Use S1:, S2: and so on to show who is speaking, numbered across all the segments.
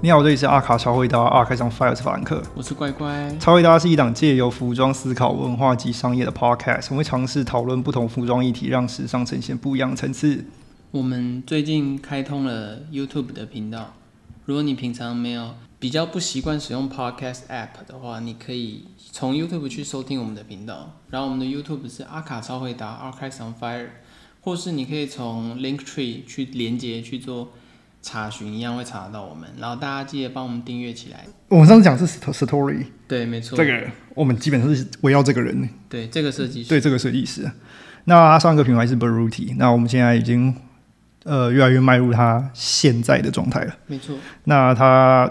S1: 你好，这里是阿卡超会搭，阿卡上 fire 我是法兰克。
S2: 我是乖乖。
S1: 超会搭是一档借由服装思考文化及商业的 podcast，我们会尝试讨论不同服装议题，让时尚呈现不一样的层次。
S2: 我们最近开通了 YouTube 的频道，如果你平常没有比较不习惯使用 Podcast App 的话，你可以从 YouTube 去收听我们的频道。然后我们的 YouTube 是阿卡超会答 Archives on Fire，或是你可以从 Linktree 去连接去做查询，一样会查得到我们。然后大家记得帮我们订阅起来。
S1: 我们上次讲是 story，
S2: 对，没错，
S1: 这个我们基本上是围绕这个人，
S2: 对这个设计师，
S1: 对，这个是意思。那他上一个品牌是 Beruti，那我们现在已经呃越来越迈入他现在的状态了。
S2: 没错，
S1: 那他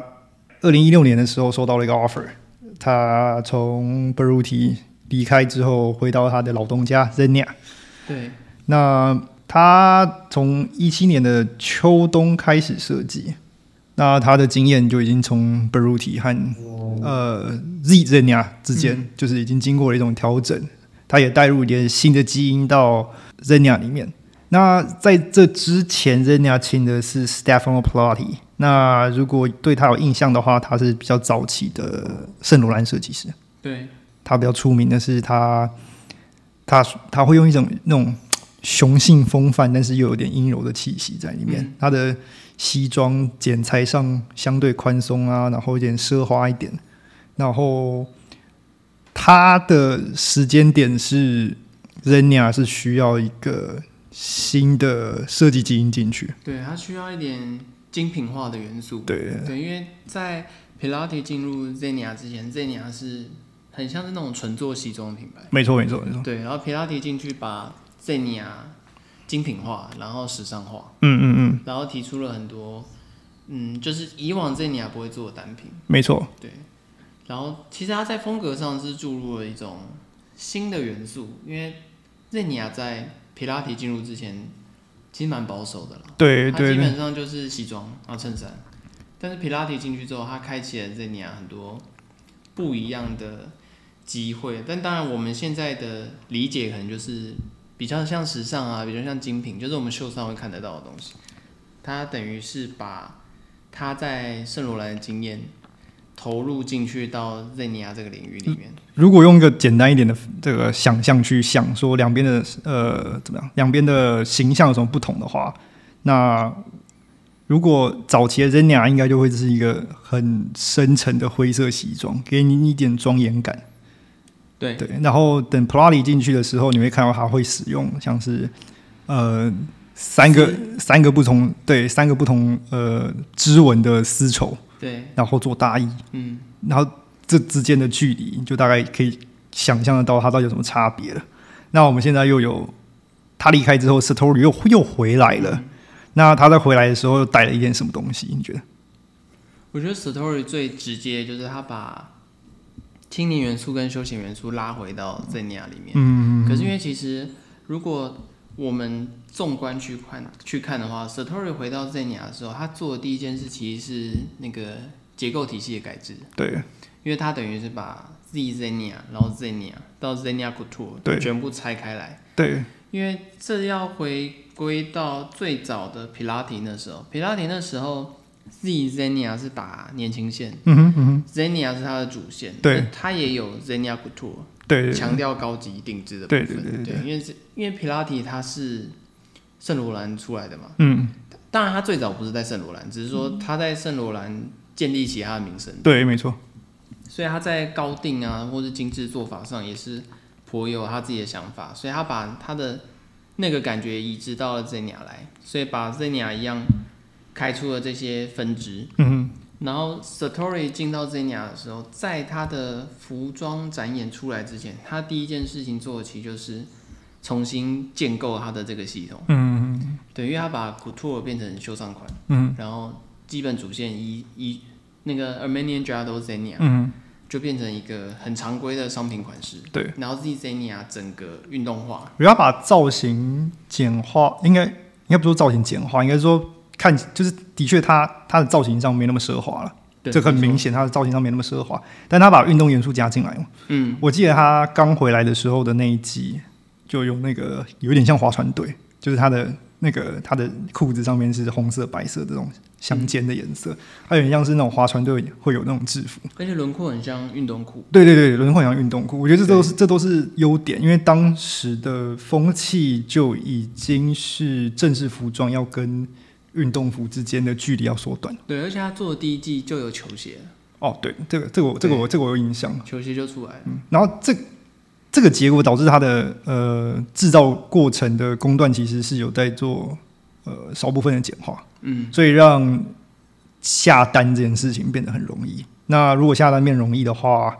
S1: 二零一六年的时候收到了一个 offer，他从 Beruti 离开之后，回到他的老东家 Zenia。
S2: 对，
S1: 那他从一七年的秋冬开始设计，那他的经验就已经从 Beruti 和呃 Z Zenia 之间，就是已经经过了一种调整，他也带入一点新的基因到 Zenia 里面。那在这之前，Zenia 请的是 Stefano Plati。那如果对他有印象的话，他是比较早期的圣罗兰设计师。
S2: 对，
S1: 他比较出名的是他，他他会用一种那种雄性风范，但是又有点阴柔的气息在里面。
S2: 嗯
S1: 他的西装剪裁上相对宽松啊，然后有点奢华一点。然后他的时间点是 Zenia 是需要一个新的设计基因进去，
S2: 对，它需要一点精品化的元素。
S1: 对
S2: 对，因为在 Pilate 进入 Zenia 之前，Zenia 是很像是那种纯做西装的品牌。
S1: 没错没错没错，
S2: 对，然后 Pilate 进去把 Zenia 精品化，然后时尚化，
S1: 嗯嗯嗯，
S2: 然后提出了很多，嗯，就是以往 Zenia 不会做的单品。
S1: 没错。
S2: 对，然后其实它在风格上是注入了一种新的元素，因为 Zenia 在 Pilate 进入之前其实蛮保守的啦。
S1: 对
S2: 它
S1: 哎对
S2: 基
S1: 对
S2: 本上就是西装啊衬衫。但是皮拉提进去之后，它开启了 Zenia 很多不一样的机会。但当然，我们现在的理解可能就是比较像时尚啊，比较像精品，就是我们秀上会看得到的东西。它等于是把他在圣罗兰的经验投入进去到 Zenia 这个领域里面。
S1: 如果用一个简单一点的这个想象去想说两边的呃怎么样，两边的形象有什么不同的话，那如果早期的 Zenia 应该就会是一个很深沉的灰色西装，给你一点庄严感。
S2: 对
S1: 对，然后等 Prali 进去的时候，你会看到他会使用像是呃三个三个不同对三个不同呃织纹的丝绸，
S2: 对，
S1: 然后做大衣。
S2: 嗯，
S1: 然后这之间的距离，就大概可以想象得到它到底有什么差别了。那我们现在又有他离开之后，Satori 又又回来了。
S2: 嗯
S1: 那他在回来的时候又带了一点什么东西？你觉得？
S2: 我觉得 Satori 最直接就是他把青年元素跟休闲元素拉回到 Zenia 里面。
S1: 嗯，
S2: 可是因为其实如果我们纵观去看去看的话，Satori 回到 Zenia 的时候，他做的第一件事其实是那个结构体系的改制，
S1: 对
S2: 因为他等于是把 Z Zenia，然后 Zenia 到 Zenia Couture
S1: 对
S2: 全部拆开来，
S1: 对
S2: 因为这要回归到最早的皮拉提那时候，皮拉提那时候 Z Zenia 是打年轻线。
S1: 嗯哼嗯哼，
S2: Zenia 是它的主线，
S1: 对，
S2: 它也有 Zenia Couture，
S1: 对对
S2: 强调高级定制的部
S1: 对
S2: 分，
S1: 对对对对
S2: 因为这因为皮拉提它是圣罗兰出来的嘛，
S1: 嗯
S2: 当然它最早不是在圣罗兰，只是说它在圣罗兰建立起它的名声，
S1: 对，没错，
S2: 所以它在高定啊或是精致做法上也是颇有他自己的想法，所以他把他的那个感觉移植到了 Zenia 来，所以把 Zenia 一样开出了这些分支，
S1: 嗯
S2: 然后 Satori 进到 Zenia 的时候，在他的服装展演出来之前，他第一件事情做的其实就是重新建构他的这个系统。
S1: 哼嗯
S2: 对，因为他把 couture 变成修上款，
S1: 嗯
S2: 然后基本主线一一那个 Armenian Giado Zenia
S1: 嗯，
S2: 就变成一个很常规的商品款式。
S1: 对，
S2: 然后 Z Zenia 整个运动化，
S1: 不要把造型简化，应该应该不说造型简化，应该说看就是的确他他的造型上没那么奢华了，
S2: 对
S1: 这很
S2: 没错
S1: 明显，他的造型上没那么奢华，但他把运动元素加进来嘛。
S2: 嗯，
S1: 我记得他刚回来的时候的那一季，就有那个有点像划船队，就是他的那个他的裤子上面是红色、白色的这种相
S2: 嗯
S1: 间的颜色，它有点像是那种划船队会有那种制服。
S2: 而且轮廓很像运动裤，
S1: 对对对，轮廓像运动裤，我觉得这都是这都是优点，因为当时的风气就已经是正式服装要跟运动服之间的距离要缩短。
S2: 对，而且他做的第一季就有球鞋，
S1: 哦，对，这个这个我这个我这个我有印象。
S2: 球鞋就出来了，
S1: 嗯然后这这个结果导致它的呃制造过程的工段其实是有在做呃少部分的简化，
S2: 嗯，
S1: 所以让下单这件事情变得很容易。那如果下单变容易的话，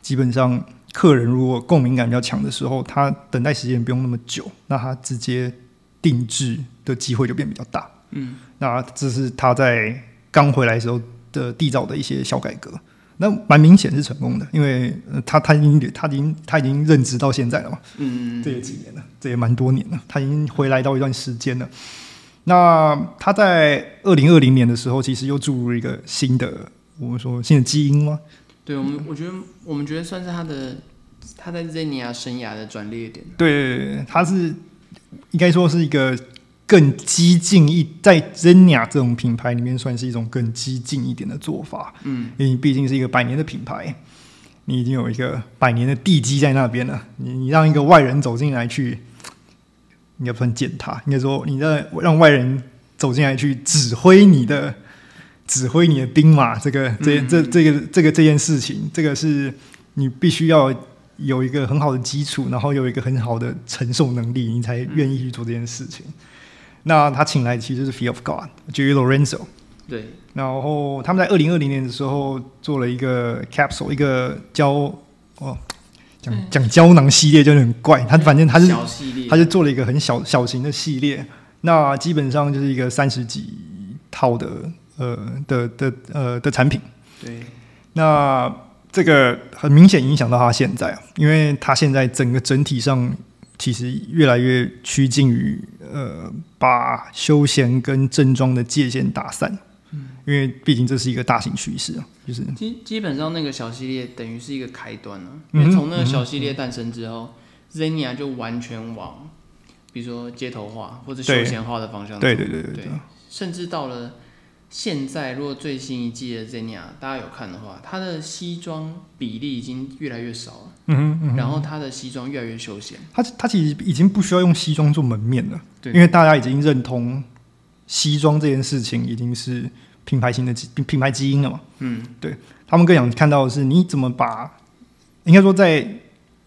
S1: 基本上客人如果共鸣感比较强的时候，他等待时间不用那么久，那他直接定制的机会就变比较大。嗯，那这是他在刚回来的时候的缔造的一些小改革。那蛮明显是成功的，因为呃他他已经他已经他已经任职到现在了嘛，
S2: 嗯，
S1: 这也几年了，这也蛮多年了，他已经回来到一段时间了。那他在二零二零年的时候，其实又注入一个新的，我们说新的基因吗？
S2: 对我们，我觉得我们觉得算是他的他在 Zenia E 啊生涯的转捩点，
S1: 对，他是应该说是一个更激进一，在 Zenia 这种品牌里面算是一种更激进一点的做法。
S2: 嗯，
S1: 因为你毕竟是一个百年的品牌，你已经有一个百年的地基在那边了。你你让一个外人走进来去，应该不算践踏，应该说你在让外人走进来去指挥你的。指挥你的兵马，这个这这这个这个这件事情，这个是你必须要有一个很好的基础，然后有一个很好的承受能力，你才愿意去做这件事情。那他请来其实是 Fear of God j e r y Lorenzo，
S2: 对，
S1: 然后他们在二零二零年的时候做了一个 capsule，一个胶哦，讲讲胶囊系列就很怪，他反正他是
S2: 小系列，
S1: 他就做了一个很小小型的系列，那基本上就是一个三十几套的呃的的呃的产品。
S2: 对，
S1: 那这个很明显影响到他现在啊，因为他现在整个整体上其实越来越趋近于呃，把休闲跟正装的界限打散，
S2: 嗯
S1: 因为毕竟这是一个大型趋势啊，就是
S2: 基基本上那个小系列等于是一个开端了、
S1: 嗯哼
S2: 因为从那个小系列诞生之后、z e n i a 就完全往比如说街头化或者休闲化的方向走，
S1: 对对对对对
S2: 对，甚至到了现在，如果最新一季的 Zenia 大家有看的话，它的西装比例已经越来越少了，
S1: 嗯哼嗯哼，
S2: 然后它的西装越来越休闲，
S1: 他他其实已经不需要用西装做门面了，
S2: 对
S1: 因为大家已经认同西装这件事情已经是品牌型的基品牌基因了嘛。
S2: 嗯，
S1: 他们更想看到的是你怎么把，应该说在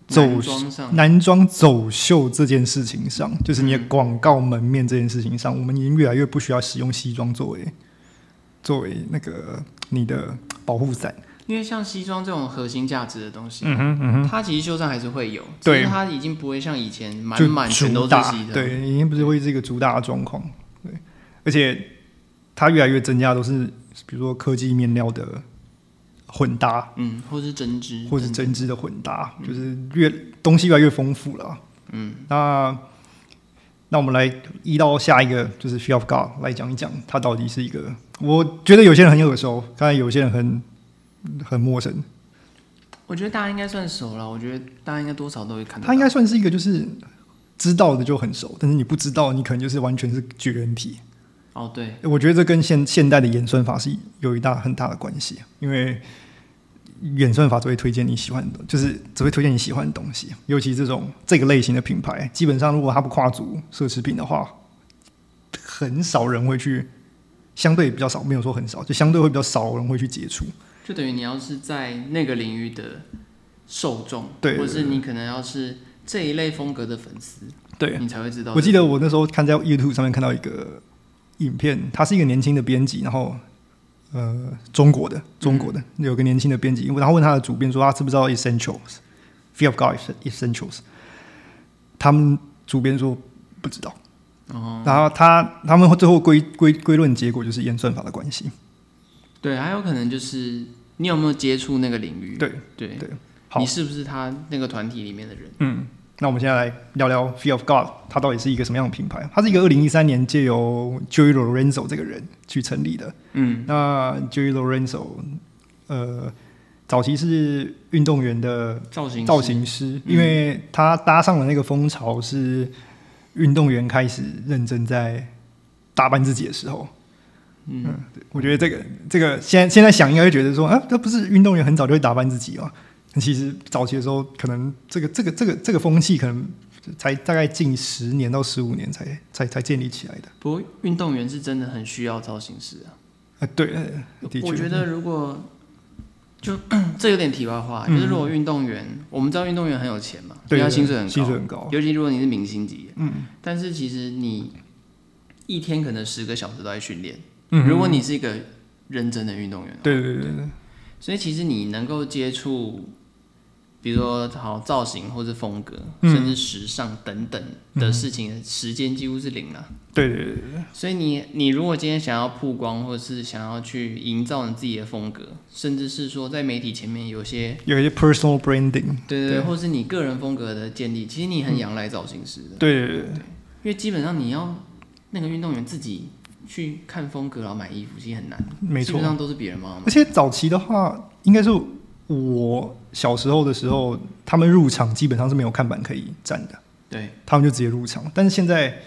S1: 走
S2: 男装上，嗯
S1: 男装走秀这件事情上，就是你的广告门面这件事情上，我们已经越来越不需要使用西装作为作为那个你的保护伞。
S2: 因为像西装这种核心价值的东西，
S1: 嗯哼，嗯哼，
S2: 它其实袖上还是会有，只
S1: 对
S2: 是它已经不会像以前满
S1: 就
S2: 满全
S1: 主
S2: 都是
S1: 打
S2: 西装，
S1: 对，已经不是会是一个主打的状况。对，而且它越来越增加都是比如说科技面料的混搭，
S2: 嗯，或是针织，
S1: 或是
S2: 等
S1: 针织的混搭，就是越东西越来越丰富了。嗯，那那我们来移到下一个，就是 Fear of God 来讲一讲，它到底是一个，我觉得有些人很耳熟，刚才有些人很很陌生。
S2: 等我觉得大家应该算熟了，我觉得大家应该多少都会看到。
S1: 它应该算是一个就是知道的就很熟，但是你不知道，你可能就是完全是绝缘体。
S2: 哦，对，
S1: 我觉得这跟现现代的演算法是有一大很大的关系，因为演算法只会推荐你喜欢的，就是只会推荐你喜欢的东西。尤其这种这个类型的品牌，基本上如果它不跨足奢侈品的话，很少人会去，相对比较少，没有说很少，就相对会比较少人会去接触。
S2: 就等于你要是在那个领域的受众，
S1: 对
S2: 或者是你可能要是这一类风格的粉丝，
S1: 对，啊
S2: 你才会知道。
S1: 我记得我那时候看在 YouTube 上面看到一个影片，他是一个年轻的编辑，然后呃，中国的中国的、
S2: 嗯
S1: 有个年轻的编辑，因为他问他的主编说他知不知道 Essentials Fear of God Essentials，他们主编说不知道，
S2: 哦，
S1: 然后他他们最后归归归论结果就是演算法的关系。
S2: 对，还有可能就是你有没有接触那个领域？
S1: 对
S2: 对
S1: 对好
S2: 你是不是他那个团体里面的人？
S1: 嗯，那我们现在来聊聊 Fear of God，它到底是一个什么样的品牌？它是一个二零一三年借由 Joey Lorenzo 这个人去成立的。
S2: 嗯，
S1: 那 Joey Lorenzo，呃，早期是运动员的
S2: 造型师嗯
S1: 造，型师，因为他搭上了那个风潮是运动员开始认真在打扮自己的时候。嗯，对我觉得这个这个现在现在想应该会觉得说，啊，这不是运动员很早就会打扮自己吗？但其实早期的时候，可能这个这个这个这个风气可能才大概近十年到十五年才才才建立起来的。
S2: 不过运动员是真的很需要造型师啊。
S1: 啊，对，呃的确，
S2: 我觉得如果就 这有点题外话，就是如果运动员，我们知道运动员很有钱嘛，
S1: 嗯对
S2: 因为他
S1: 对
S2: 薪水很
S1: 薪水
S2: 高，
S1: 很高，
S2: 尤其如果你是明星级，嗯，但是其实你一天可能十个小时都在训练，
S1: 嗯，
S2: 如果你是一个认真的运动员，
S1: 对对对对，
S2: 所以其实你能够接触，比如说好造型或是风格，
S1: 嗯
S2: 甚至时尚等等的事情，时间几乎是零了、
S1: 对对对对对，
S2: 所以你你如果今天想要曝光，或者是想要去营造你自己的风格，甚至是说在媒体前面有些
S1: 有一些 personal branding，
S2: 对
S1: 对
S2: 对对，或是你个人风格的建立，其实你很仰赖造型师的，
S1: 对对对对，
S2: 因为基本上你要那个运动员自己去看风格然后买衣服，其实很难，
S1: 没
S2: 基
S1: 错
S2: 本。上都是别人帮忙买
S1: 而。且早期的话，应该是我小时候的时候，他们入场基本上是没有看板可以站的，
S2: 对，
S1: 他们就直接入场。但是现在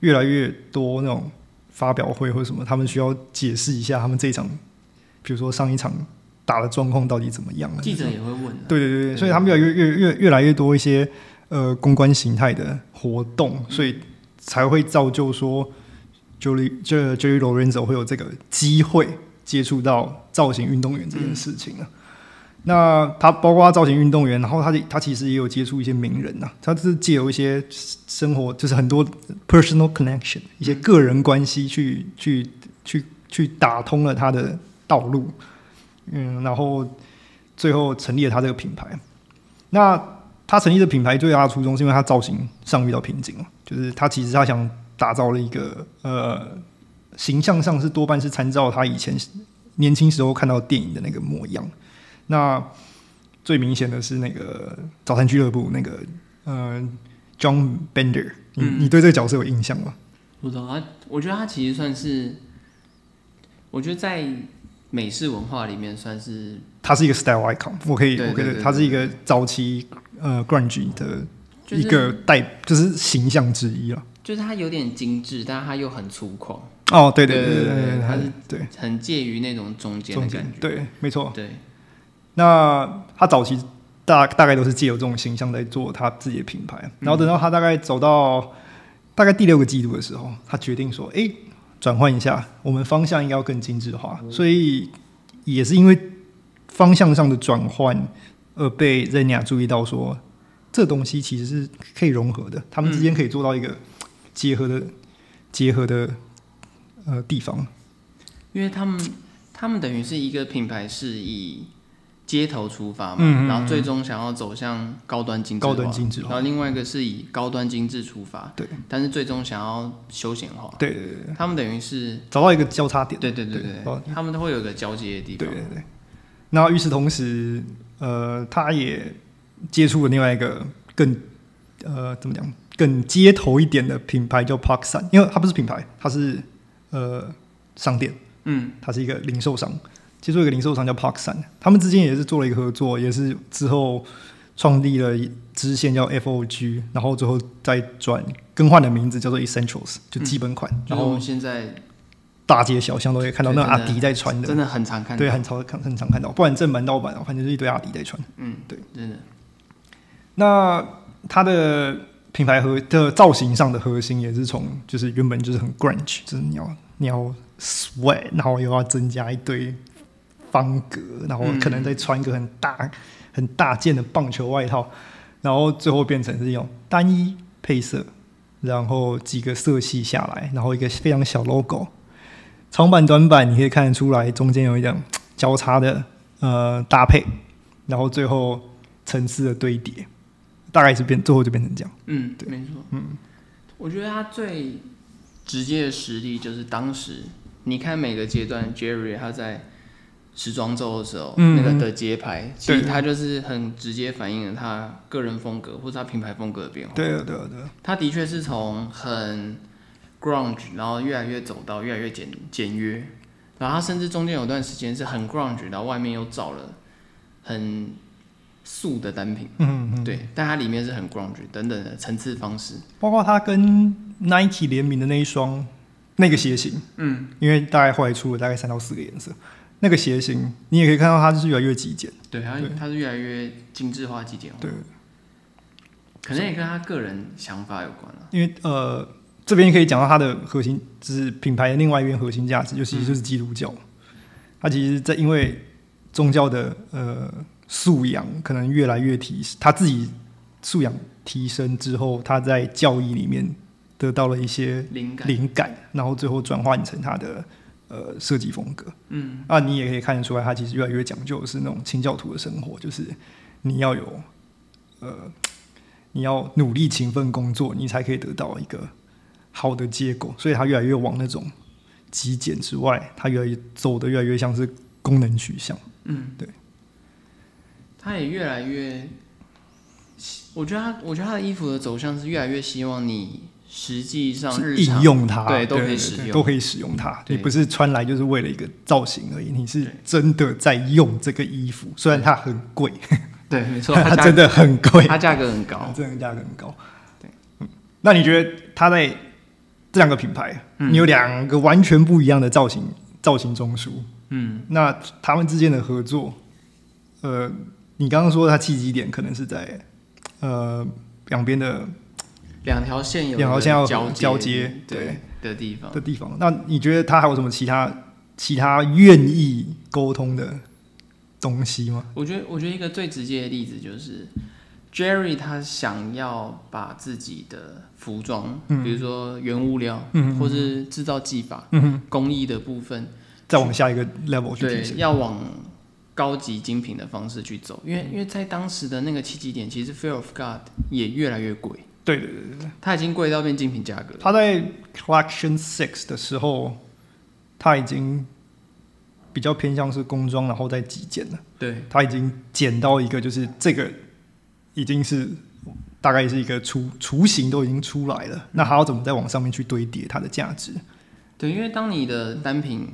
S1: 越来越多那种发表会或者什么，他们需要解释一下他们这一场，比如说上一场打的状况到底怎么样了。
S2: 记者也会问、啊，
S1: 对对对对，所以他们越来越越越越来越多一些呃公关形态的活动，所以才会造就说 Joey 这 Joey Lorenzo 会有这个机会接触到造型运动员这件事情啊。那他包括他造型运动员，然后他的他其实也有接触一些名人呐、啊，他是借由一些生活，就是很多 personal connection 一些个人关系去去去去打通了他的道路，嗯，然后最后成立了他这个品牌。那他成立的品牌最大的初衷是因为他造型上遇到瓶颈了，就是他其实他想打造了一个呃形象上是多半是参照他以前年轻时候看到电影的那个模样。那最明显的是那个早餐俱乐部那个呃 John Bender，你、
S2: 嗯
S1: 你对这个角色有印象吗？
S2: 不知道
S1: 啊
S2: 他，我觉得他其实算是，我觉得在美式文化里面算是
S1: 他是一个 style icon，我可以，
S2: 对
S1: 我可
S2: 对
S1: 以，
S2: 对
S1: 他是一个早期呃 grunge 的
S2: 就是
S1: 一个代，就是形象之一了。
S2: 就是他有点精致，但他又很粗犷，
S1: 哦，对对
S2: 对
S1: 对
S2: 对对
S1: 对，
S2: 他是
S1: 对
S2: 很介于那种中间的
S1: 中
S2: 感
S1: 间
S2: 觉。
S1: 对，没错。
S2: 对，
S1: 那他早期大大概都是借由这种形象在做他自己的品牌，然后
S2: 嗯
S1: 等到他大概走到大概第六个季度的时候，他决定说：“诶，转换一下，我们方向应该要更精致化。”
S2: 嗯
S1: 所以也是因为方向上的转换，而被 Zenia 注意到说，这东西其实是可以融合的，他们之
S2: 嗯
S1: 间可以做到一个结合的结合的呃地方。
S2: 哦因为他们他们等于是一个品牌是以街头出发嘛，
S1: 嗯嗯嗯
S2: 然后最终想要走向高端精致化
S1: 高端精致化
S2: 然后另外一个是以高端精致出发，
S1: 对，
S2: 但是最终想要休闲化。
S1: 对对对，
S2: 他们等于是，
S1: 找到一个交叉点。
S2: 对对对
S1: 对
S2: 对
S1: 哦
S2: 对，他们都会有一个交接的地
S1: 对
S2: 方。
S1: 对对。那与此同时，呃，他也接触了另外一个更呃怎么讲更街头一点的品牌叫 Park Sun，因为它不是品牌，它是呃商店，
S2: 嗯，
S1: 它是一个零售商，接触一个零售商叫 Park Sun，他们之间也是做了一个合作，也是之后创立了一支线叫 FOG，然后最后再转更换的名字叫做 Essentials，就基本款，
S2: 就
S1: 然
S2: 是我
S1: 后
S2: 们现在
S1: 大街小巷都可以看到那
S2: 对
S1: 阿
S2: 真的
S1: 迪在穿的，
S2: 真的很常看到，
S1: 对，很常看很常看到，不然正版盗版啊，反正就是一堆阿迪在穿。
S2: 嗯，
S1: 对，
S2: 真的，
S1: 那它的品牌核的造型上的核心也是从就是原本就是很 grunge，就是你要你要 sweat，然后又要增加一堆方格，然后
S2: 嗯
S1: 可能再穿一个很大、很大件的棒球外套，然后最后变成是用单一配色，然后几个色系下来，然后一个非常小 logo，长版短版你可以看得出来中间有一点嘖交叉的呃搭配，然后最后层次的堆叠，大概是变最后就变成这样。
S2: 嗯，没错，嗯，我觉得他最直接的实例就是当时你看每个阶段，Jerry 他在时装周的时候，
S1: 嗯
S2: 那个的节拍，其实
S1: 对
S2: 他就是很直接反映了他个人风格或者他品牌风格的变化。
S1: 对啊对啊对啊
S2: 他的确是从很 grunge，然后越来越走到越来越简简约，然后他甚至中间有段时间是很 grunge，然后外面又罩了很素的单品，
S1: 嗯嗯，
S2: 对，但它里面是很 grunge 等等的层次方式。
S1: 包括它跟 Nike 联名的那一双那个鞋型，
S2: 嗯，
S1: 因为大概后来出了大概三到四个颜色，那个鞋型你也可以看到它就是越来越极简，
S2: 对，它
S1: 对
S2: 它是越来越精致化、极简化，
S1: 对，
S2: 可能也跟他个人想法有关啊。
S1: 因为呃这边可以讲到它的核心，就是品牌的另外一边核心价值，就其实就是基督教，它其实在因为宗教的呃素养可能越来越提，他自己素养提升之后，他在教义里面得到了一些
S2: 灵感，
S1: 灵感，然后最后转换成他的呃设计风格。
S2: 嗯，
S1: 啊，你也可以看得出来，他其实越来越讲究的是那种清教徒的生活，就是你要有呃，你要努力勤奋工作，你才可以得到一个好的结果。所以他越来越往那种极简之外，他越来越走的越来越像是功能取向。
S2: 嗯，
S1: 对，
S2: 他也越来越，我觉得他，我觉得他的衣服的走向是越来越希望你实际上
S1: 是
S2: 日
S1: 应
S2: 常
S1: 用它，
S2: 对都可以
S1: 对
S2: 使
S1: 对
S2: 用
S1: 都可以使用它。
S2: 对
S1: 你不是穿来就是为了一个造型而已，你是
S2: 对
S1: 真的在用这个衣服，虽然它很贵，
S2: 对，没 错，
S1: 它
S2: 价
S1: 真的很贵，
S2: 它价格很高
S1: 它，真的价格很高。
S2: 哦对
S1: 嗯，那你觉得它在这两个品牌，
S2: 嗯
S1: 你有两个完全不一样的造型造型中枢，
S2: 嗯，
S1: 那他们之间的合作，呃，你刚刚说它契机点可能是在呃两边的
S2: 两条线有
S1: 两条线要
S2: 交
S1: 交接
S2: 对的地方，
S1: 的地方。那你觉得他还有什么其他其他愿意沟通的东西吗？
S2: 我觉得，我觉得一个最直接的例子就是 Jerry 他想要把自己的服装，比如说原物料，
S1: 嗯
S2: 或是制造技法、
S1: 嗯，
S2: 工艺的部分，
S1: 再往下一个 level 去提
S2: 对，
S1: 升。
S2: 要往高级精品的方式去走，因为
S1: 嗯
S2: 因为在当时的那个契机点，其实 Fear of God 也越来越贵，
S1: 对对对对，
S2: 它已经贵到变精品价格了。
S1: 他在 Collection Six 的时候，他已经比较偏向是工装，然后再极简了。
S2: 对，
S1: 他已经减到一个，就是这个已经是大概是一个雏雏形都已经出来了，那他要怎么再往上面去堆叠它的价值？
S2: 对，因为当你的单品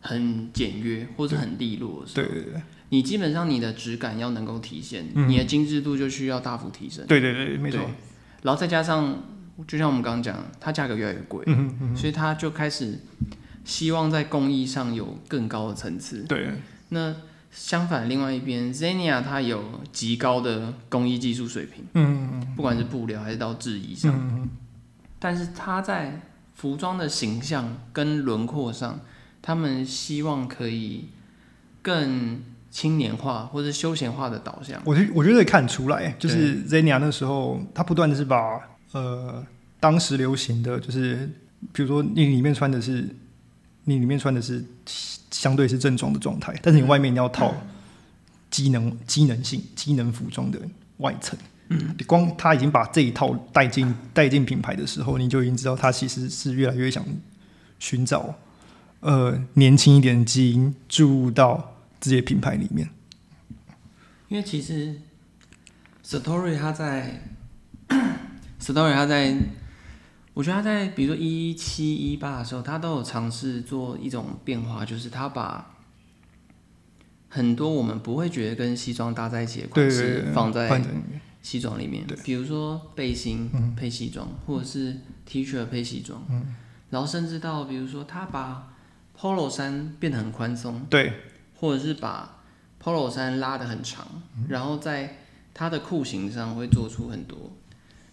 S2: 很简约或是很利落的时候，
S1: 对对对
S2: 你基本上你的质感要能够体现，
S1: 嗯
S2: 你的精致度就需要大幅提升。
S1: 对对对，没错
S2: 对。然后再加上，就像我们刚刚讲，它价格越来越贵，
S1: 嗯哼嗯
S2: 所以它就开始希望在工艺上有更高的层次
S1: 哼，。对。
S2: 那相反，另外一边，Zenia 它有极高的工艺技术水平，
S1: 嗯
S2: 不管是布料还是到制衣
S1: 嗯
S2: 上，
S1: 嗯，
S2: 但是它在服装的形象跟轮廓上，他们希望可以更青年化或者休闲化的导向。
S1: 我觉我觉得也看得出来，就是 Zenia 那时候，他不断的是把呃当时流行的，就是比如说你里面穿的是你里面穿的是相对是正装的状态，但是
S2: 嗯
S1: 你外面你要套机能机能性机能服装的外层。嗯，光他已经把这一套带进带进品牌的时候，你就已经知道他其实是越来越想寻找呃年轻一点的基因注入到自己的品牌里面。
S2: 因为其实 Satori 他在 Satori 他在，我觉得他在比如说一七一八的时候，他都有尝试做一种变化，就是他把很多我们不会觉得跟西装搭在一起的
S1: 对
S2: 款
S1: 对
S2: 式
S1: 对，
S2: 放在
S1: 反正
S2: 西装里面
S1: 对，嗯
S2: 比如说背心配西装，或者是 T 恤配西装，然后甚至到比如说他把 Polo 衫变得很宽松，
S1: 对
S2: 或者是把 polo 衫拉得很长，然后在它的裤型上会做出很多，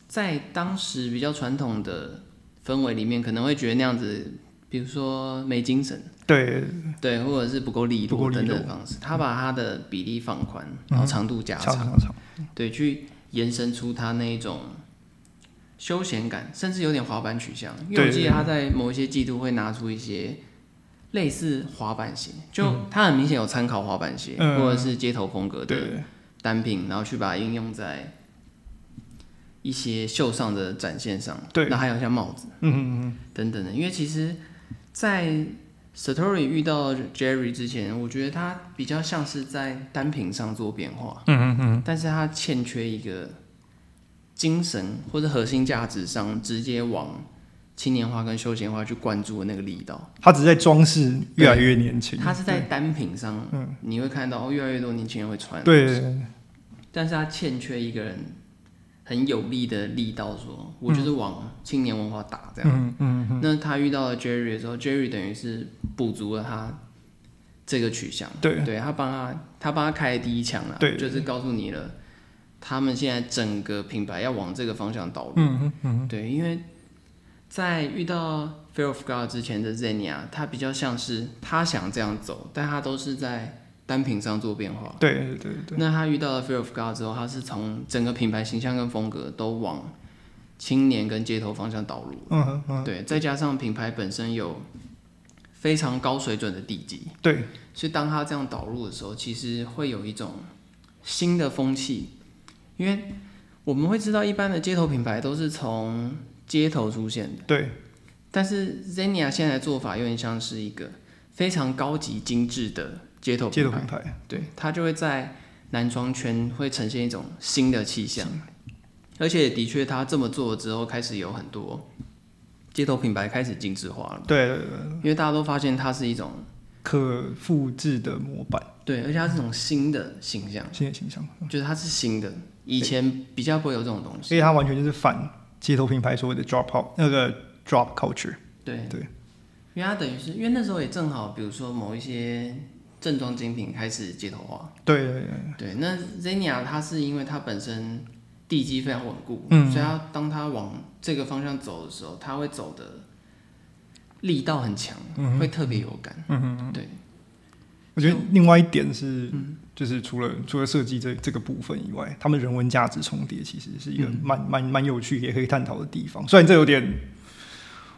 S2: 在当时比较传统的氛围里面，可能会觉得那样子，比如说没精神，
S1: 对
S2: 对，或者是不够利
S1: 不够
S2: 落
S1: 利落嗯
S2: 等等方式，他把它的比例放宽，然后长度加
S1: 长
S2: 长，
S1: 长长，
S2: 对，去延伸出它那一种。休闲感，甚至有点滑板取向，因为
S1: 对
S2: 我记得他在某一些季度会拿出一些类似滑板鞋，就它很明显有参考滑板鞋、
S1: 嗯
S2: 或者是街头风格的
S1: 对
S2: 单品，然后去把它应用在一些秀上的展现上。
S1: 对
S2: 那还有像帽子
S1: 嗯嗯
S2: 等等的，因为其实，在 Satori 遇到 Jerry 之前，我觉得他比较像是在单品上做变化，
S1: 嗯嗯
S2: 但是他欠缺一个精神或者核心价值上直接往青年化跟休闲化去灌注的那个力道。
S1: 嗯，他只是在装饰越来越年轻，
S2: 嗯它是在单品上，你会看到哦越来越多年轻人会穿。
S1: 嗯对对对
S2: 但是他欠缺一个人很有力的力道说，我就是往青年文化打这样。
S1: 嗯嗯嗯，
S2: 那他遇到了 Jerry 的时候，Jerry 等于是补足了他这个取向，
S1: 对
S2: 对他帮他他帮他开了第一枪了，啊
S1: 对
S2: 就是告诉你了，他们现在整个品牌要往这个方向导入，
S1: 嗯嗯
S2: 对，因为在遇到 Fear of God 之前的 Zenia，他比较像是他想这样走，但他都是在单品上做变化
S1: 嗯，。对对对对，
S2: 那他遇到了 Fear of God 之后，他是从整个品牌形象跟风格都往青年跟街头方向导入。
S1: 嗯哼嗯
S2: 对，再加上品牌本身有非常高水准的地基，
S1: 对，
S2: 所以当它这样导入的时候，其实会有一种新的风气，因为我们会知道一般的街头品牌都是从街头出现的，
S1: 对
S2: 但是 Zenia 现在的做法有点像是一个非常高级精致的街头
S1: 街
S2: 品
S1: 头
S2: 牌
S1: 品，牌，
S2: 对，它就会在男装圈会呈现一种新的气象，而且的确，它这么做之后，开始有很多街头品牌开始精致化了，
S1: 对对对
S2: 因为大家都发现它是一种
S1: 可复制的模板，
S2: 对，而且它是一种新的形象，
S1: 新的形象，
S2: 就是它是新的，以前比较不会有这种东
S1: 所
S2: 西。
S1: 以它完全就是反街头品牌所谓的 drop out 那个 drop culture，
S2: 对
S1: 对，
S2: 因为它等于是因为那时候也正好，比如说某一些正装精品开始街头化，
S1: 对对对
S2: 对，那 Zenia 它是因为它本身地基非常稳固，
S1: 嗯
S2: 所以它当它往这个方向走的时候，它会走的力道很强，
S1: 嗯
S2: 会特别有感。对，
S1: 我觉得另外一点是，
S2: 嗯
S1: 就是除了除了设计这这个部分以外，他们人文价值重叠其实是一个
S2: 嗯
S1: 蛮蛮蛮有趣也可以探讨的地方。虽然这有点，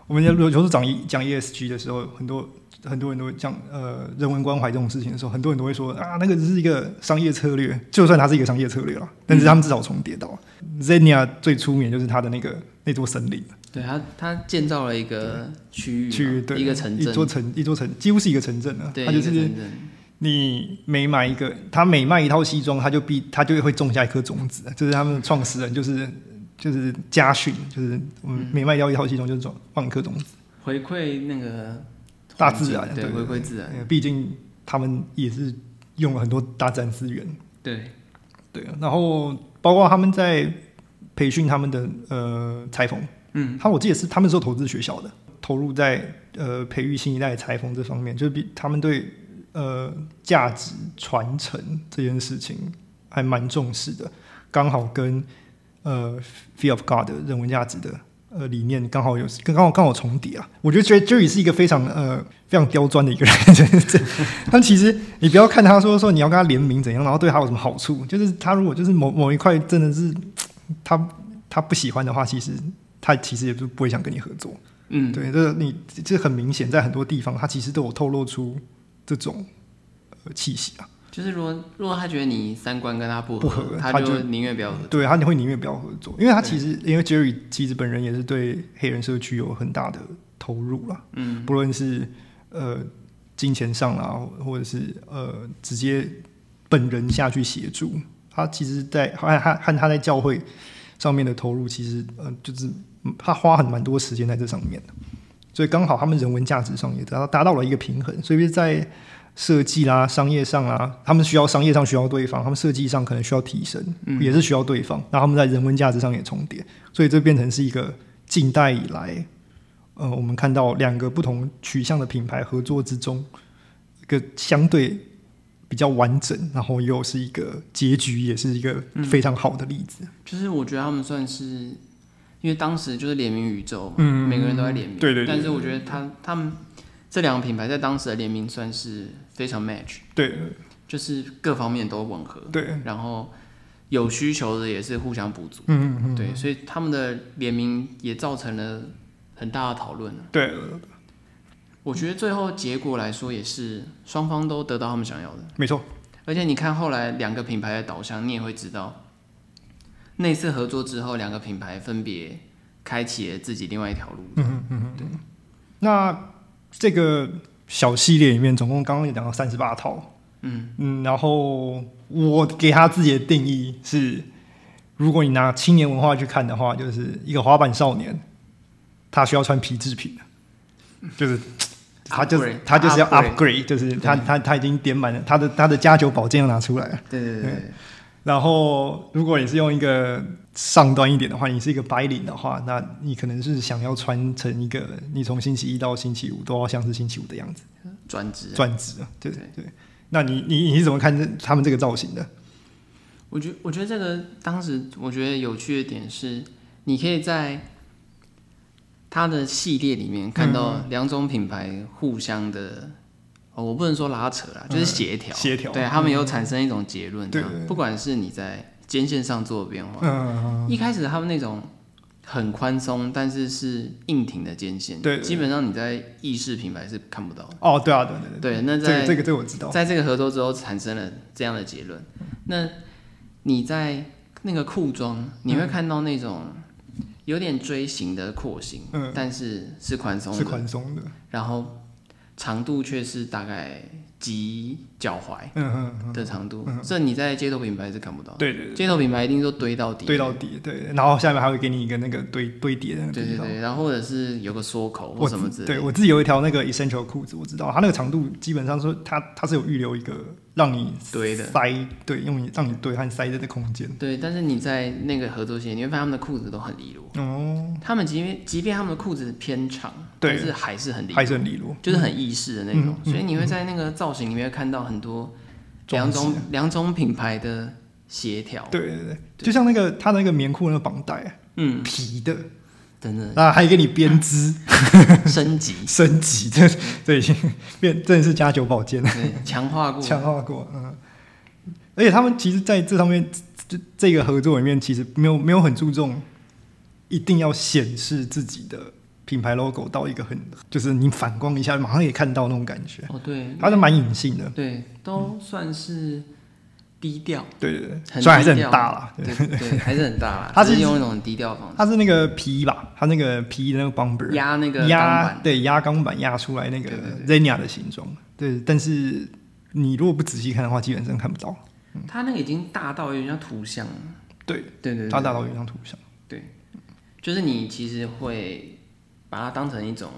S1: 我们有有时讲讲 ESG 的时候，很多很多人都会讲呃人文关怀这种事情的时候，很多人都会说啊那个只是一个商业策略，就算它是一个商业策略了，
S2: 嗯
S1: 但是他们至少重叠到。Zenia 最出名就是它的那个那座森林
S2: 对，它它建造了一个区域嘛，
S1: 区域，对
S2: 啊一个城
S1: 一座
S2: 镇，
S1: 城一座城几乎是一个城镇了，
S2: 对，
S1: 它就
S2: 一个
S1: 是
S2: 城镇。
S1: 你每买一个，他每卖一套西装，他就必他就会种下一颗种子，啊这、是他们创始人就是就是家训，就是我们每卖掉一套西装就是种放一颗种子，
S2: 回馈那个
S1: 大
S2: 环境
S1: 自然
S2: 对，
S1: 对
S2: 回
S1: 对
S2: 馈自然，
S1: 呃毕竟他们也是用了很多大自然资源，
S2: 对，
S1: 对，然后包括他们在培训他们的呃裁缝，
S2: 嗯，
S1: 他我记得是他们是有投资学校的，投入在呃培育新一代的裁缝这方面，就是比他们对呃价值传承这件事情还蛮重视的，刚好跟呃 Fear of God 的人文价值的呃理念刚好有跟刚好刚好重叠啊。我觉得 Jerry Jerry 是一个非常呃非常刁钻的一个人，就是这 他其实你不要看他说说你要跟他联名怎样，然后对他有什么好处，就是他如果就是某某一块真的是他他不喜欢的话，其实他其实也就不会想跟你合作。
S2: 嗯，
S1: 对，这你这很明显，在很多地方他其实都有透露出这种呃气息啊。
S2: 就是如果如果他觉得你三观跟他不
S1: 不合
S2: 他
S1: 他
S2: 就
S1: 就
S2: 宁愿不要合。
S1: 对他你会宁愿不要合作，因为他其实因为 Jerry 其实本人也是对黑人社区有很大的投入啦，
S2: 嗯，
S1: 不论是呃金钱上啦，或或者是呃直接本人下去协助，他其实在和和和他在教会上面的投入，其实呃就是嗯他花很蛮多时间在这上面的，所以刚好他们人文价值上也达到达到了一个平衡，所以在设计啦、商业上啦，他们需要商业上需要对方，他们设计上可能需要提升，也是需要对方，那他们在人文价值上也重叠，所以这变成是一个近代以来，呃，我们看到两个不同取向的品牌合作之中，一个相对比较完整，然后又是一个结局，也是一个非常好的例子。
S2: 就是我觉得他们算是，因为当时就是联名宇宙嘛，
S1: 嗯
S2: 每个人都在联名，
S1: 对对对
S2: 但是我觉得他他们这两个品牌在当时的联名算是非常 match，
S1: 对
S2: 就是各方面都吻合，
S1: 对，
S2: 然后有需求的也是互相补足，
S1: 嗯嗯
S2: 对，所以他们的联名也造成了很大的讨论啊。
S1: 对，
S2: 我觉得最后结果来说也是双方都得到他们想要的。
S1: 没错，
S2: 而且你看后来两个品牌的导向，你也会知道，那次合作之后，两个品牌分别开启了自己另外一条路。
S1: 那这个小系列里面，总共刚刚也讲到三十八套。嗯嗯，然后我给他自己的定义是：如果你拿青年文化去看的话，就是一个滑板少年，他需要穿皮制品，就是他就是
S2: Upgrade，
S1: 他就是要
S2: upgrade
S1: upgrade，就是他他他已经点满了他的他的加九宝剑要拿出来了。
S2: 对对对对，
S1: 然后，如果你是用一个上端一点的话，你是一个白领的话，那你可能是想要穿成一个你从星期一到星期五都要像是星期五的样子，
S2: 专职啊。
S1: 转职啊，对
S2: 对
S1: 对。那你你你是怎么看这他们这个造型的？
S2: 我觉我觉得这个当时我觉得有趣的点是，你可以在它的系列里面
S1: 嗯
S2: 看到两种品牌互相的，哦，我不能说拉扯啦，就是协调，
S1: 嗯协调嗯
S2: 对他们有产生一种结论，
S1: 对
S2: 这样不管是你在肩线上做的变化，
S1: 嗯，
S2: 一开始他们那种很宽松，但是是硬挺的肩线，
S1: 对对
S2: 基本上你在意式品牌是看不到的，
S1: 哦，对啊，对对
S2: 对，那
S1: 这个
S2: 在
S1: 这个这个我知道。
S2: 在这个合作之后产生了这样的结论。那你在那个裤装，你会看到那种有点锥形的廓形，
S1: 嗯
S2: 但是是宽松
S1: 是
S2: 的，
S1: 宽松的，
S2: 然后长度却是大概及脚踝
S1: 嗯嗯嗯，
S2: 的长度，这你在街头品牌是看不到的。
S1: 对对
S2: 街头品牌一定都堆到底，啊
S1: 对，堆到底，对。然后下面还会给你一个那个堆堆叠的那个
S2: 对
S1: 地
S2: 对
S1: 方。
S2: 对，然后或者是有个缩口或
S1: 我
S2: 什么之
S1: 自
S2: 类
S1: 对
S2: 的。
S1: 我自己有一条那个 essential 裤子，我知道它那个长度基本上说它它是有预留一个让你
S2: 堆的
S1: 塞对，用你让你对和塞的那空间。
S2: 对，但是你在那个合作线，你会发现他们的裤子都很利落。
S1: 哦，
S2: 他们即便即便他们的裤子偏长，
S1: 对
S2: 但是还是很利落
S1: 还。是很利落，
S2: 就是很意式的那种，
S1: 嗯
S2: 所以你会在那个造型里面看到很多
S1: 装
S2: 两
S1: 饰
S2: 种两种品牌的协调，
S1: 对对对，就像那个他那个棉裤那个绑带啊
S2: 嗯，
S1: 皮的，
S2: 真的
S1: 啊，还给你编织
S2: 升级，
S1: 升级， 这这已经变真的是加九保健了，
S2: 对，强化 过，
S1: 强化过，嗯。而且他们其实在这上面这这个合作里面，其实没有没有很注重一定要显示自己的品牌 logo 到一个很就是你反光一下马上也看到那种感觉，
S2: 哦，对，
S1: 它是蛮隐性的，
S2: 对，都算是低调，
S1: 对对对，
S2: 很
S1: 虽然还是
S2: 低
S1: 很
S2: 调
S1: 大啦，对
S2: 对对，还是很大啦，
S1: 它
S2: 只
S1: 是
S2: 是用一种低调的方
S1: 它是那个皮吧，它那个皮的那个 bumper
S2: 式压那个钢
S1: 压
S2: 板，
S1: 对压钢板压出来那个
S2: 对对
S1: Zenia 的形状，对，但是你如果不仔细看的话，基本上看不到，
S2: 它那个已经大到有点像图像了，
S1: 对，
S2: 对对对，
S1: 它打到原张图像，
S2: 就是你其实会把它当成一种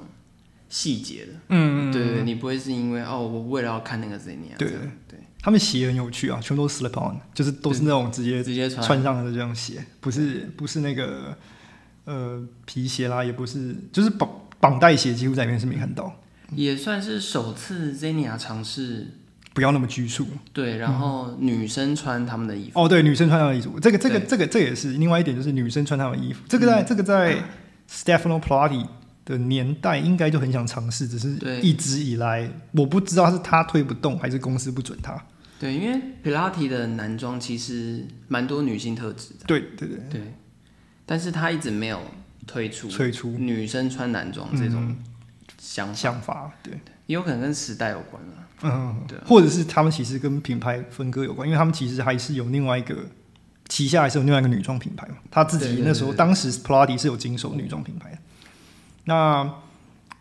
S2: 细节的，
S1: 嗯
S2: 对对，你不会是因为哦，我为了要看那个 Zenia，
S1: 对
S2: 这样对，
S1: 他们鞋很有趣啊，全部都是 slip on，就是都是那种直接
S2: 直接穿，
S1: 穿上的这种鞋，不是不是那个呃皮鞋啦，也不是，就是绑绑带鞋，几乎在里面是没看到，
S2: 也算是首次 Zenia 尝试
S1: 不要那么拘束。
S2: 对，然后女生穿他们的衣服，
S1: 哦，对，女生穿上的衣服，这个这个
S2: 对嗯
S1: 这个这个也是另外一点，就是女生穿上的衣服，这个在、这个在 Stefano Plati 的年代应该就很想尝试，只是
S2: 对
S1: 一直以来我不知道是他推不动，还是公司不准他。
S2: 对，因为 Pilati 的男装其实蛮多女性特质
S1: 对对对，
S2: 的，对，但是他一直没有推出
S1: 催出嗯
S2: 女生穿男装这种想法，
S1: 想法，对，
S2: 也有可能跟时代有关了，
S1: 嗯
S2: 对啊，
S1: 或者是他们其实跟品牌分割有关，因为他们其实还是有另外一个。旗下还是有另外一个女装品牌嘛，他自
S2: 对
S1: 己
S2: 对
S1: 那时候
S2: 对对
S1: 当时 Plati 是有经手女装品牌的。那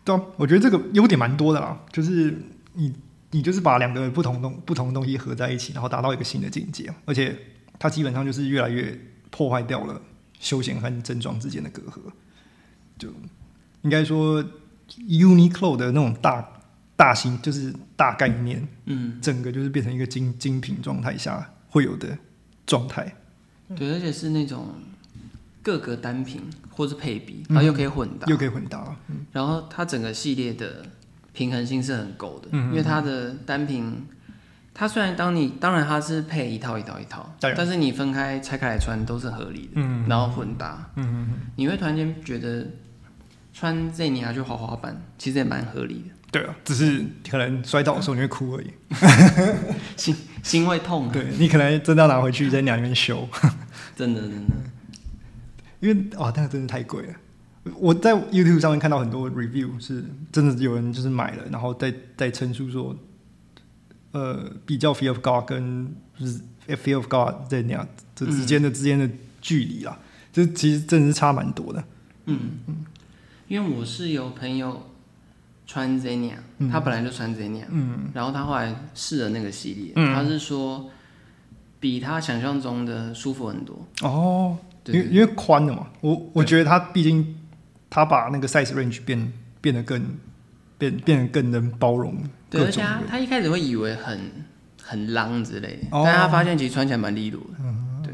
S1: 对啊、我觉得这个优点蛮多的啦，就是你你就是把两个不同东不同东西合在一起，然后达到一个新的境界，而且它基本上就是越来越破坏掉了休闲和正装之间的隔阂。就应该说 Uniqlo 的那种大大型就是大概念，
S2: 嗯，
S1: 整个就是变成一个精精品状态下会有的状态。
S2: 对，而且是那种各个单品或是配比，
S1: 嗯
S2: 然后又可以混搭，
S1: 又可以混搭，
S2: 然后它整个系列的平衡性是很够的，
S1: 嗯
S2: 因为它的单品，它虽然当你当然它是配一套一套一套，
S1: 当然
S2: 但是你分开拆开来穿都是合理的，
S1: 嗯
S2: 然后混搭，你会突然间觉得穿 Zenia 去滑滑板其实也蛮合理的，
S1: 对啊，只是可能摔倒的时候你会哭而已。
S2: 心心会痛啊，
S1: 对你可能真的要拿回去在那里面修，
S2: 真的真的，
S1: 因为哦哇，那个真的太贵了。我在 YouTube 上面看到很多 review 是真的有人就是买了，然后再再陈述说，呃，比较 Fear of God 跟就是 Fear of God 这两这之间的之间的距离啦，这其实真的是差蛮多的。
S2: 嗯，因为我是有朋友穿 Zenia，他啊本来就穿 Zenia，
S1: 嗯
S2: 啊然后他后来试了那个系列，
S1: 嗯
S2: 他是说比他想象中的舒服很多。
S1: 哦，因为
S2: 对，
S1: 因为宽的嘛，我我
S2: 对
S1: 觉得它毕竟它把那个 size range 变变得更变变得更能包容各
S2: 对，而且
S1: 种
S2: 他
S1: 人。
S2: 他一开始会以为很很浪之类的，
S1: 哦
S2: 但他发现其实穿起来蛮利落的。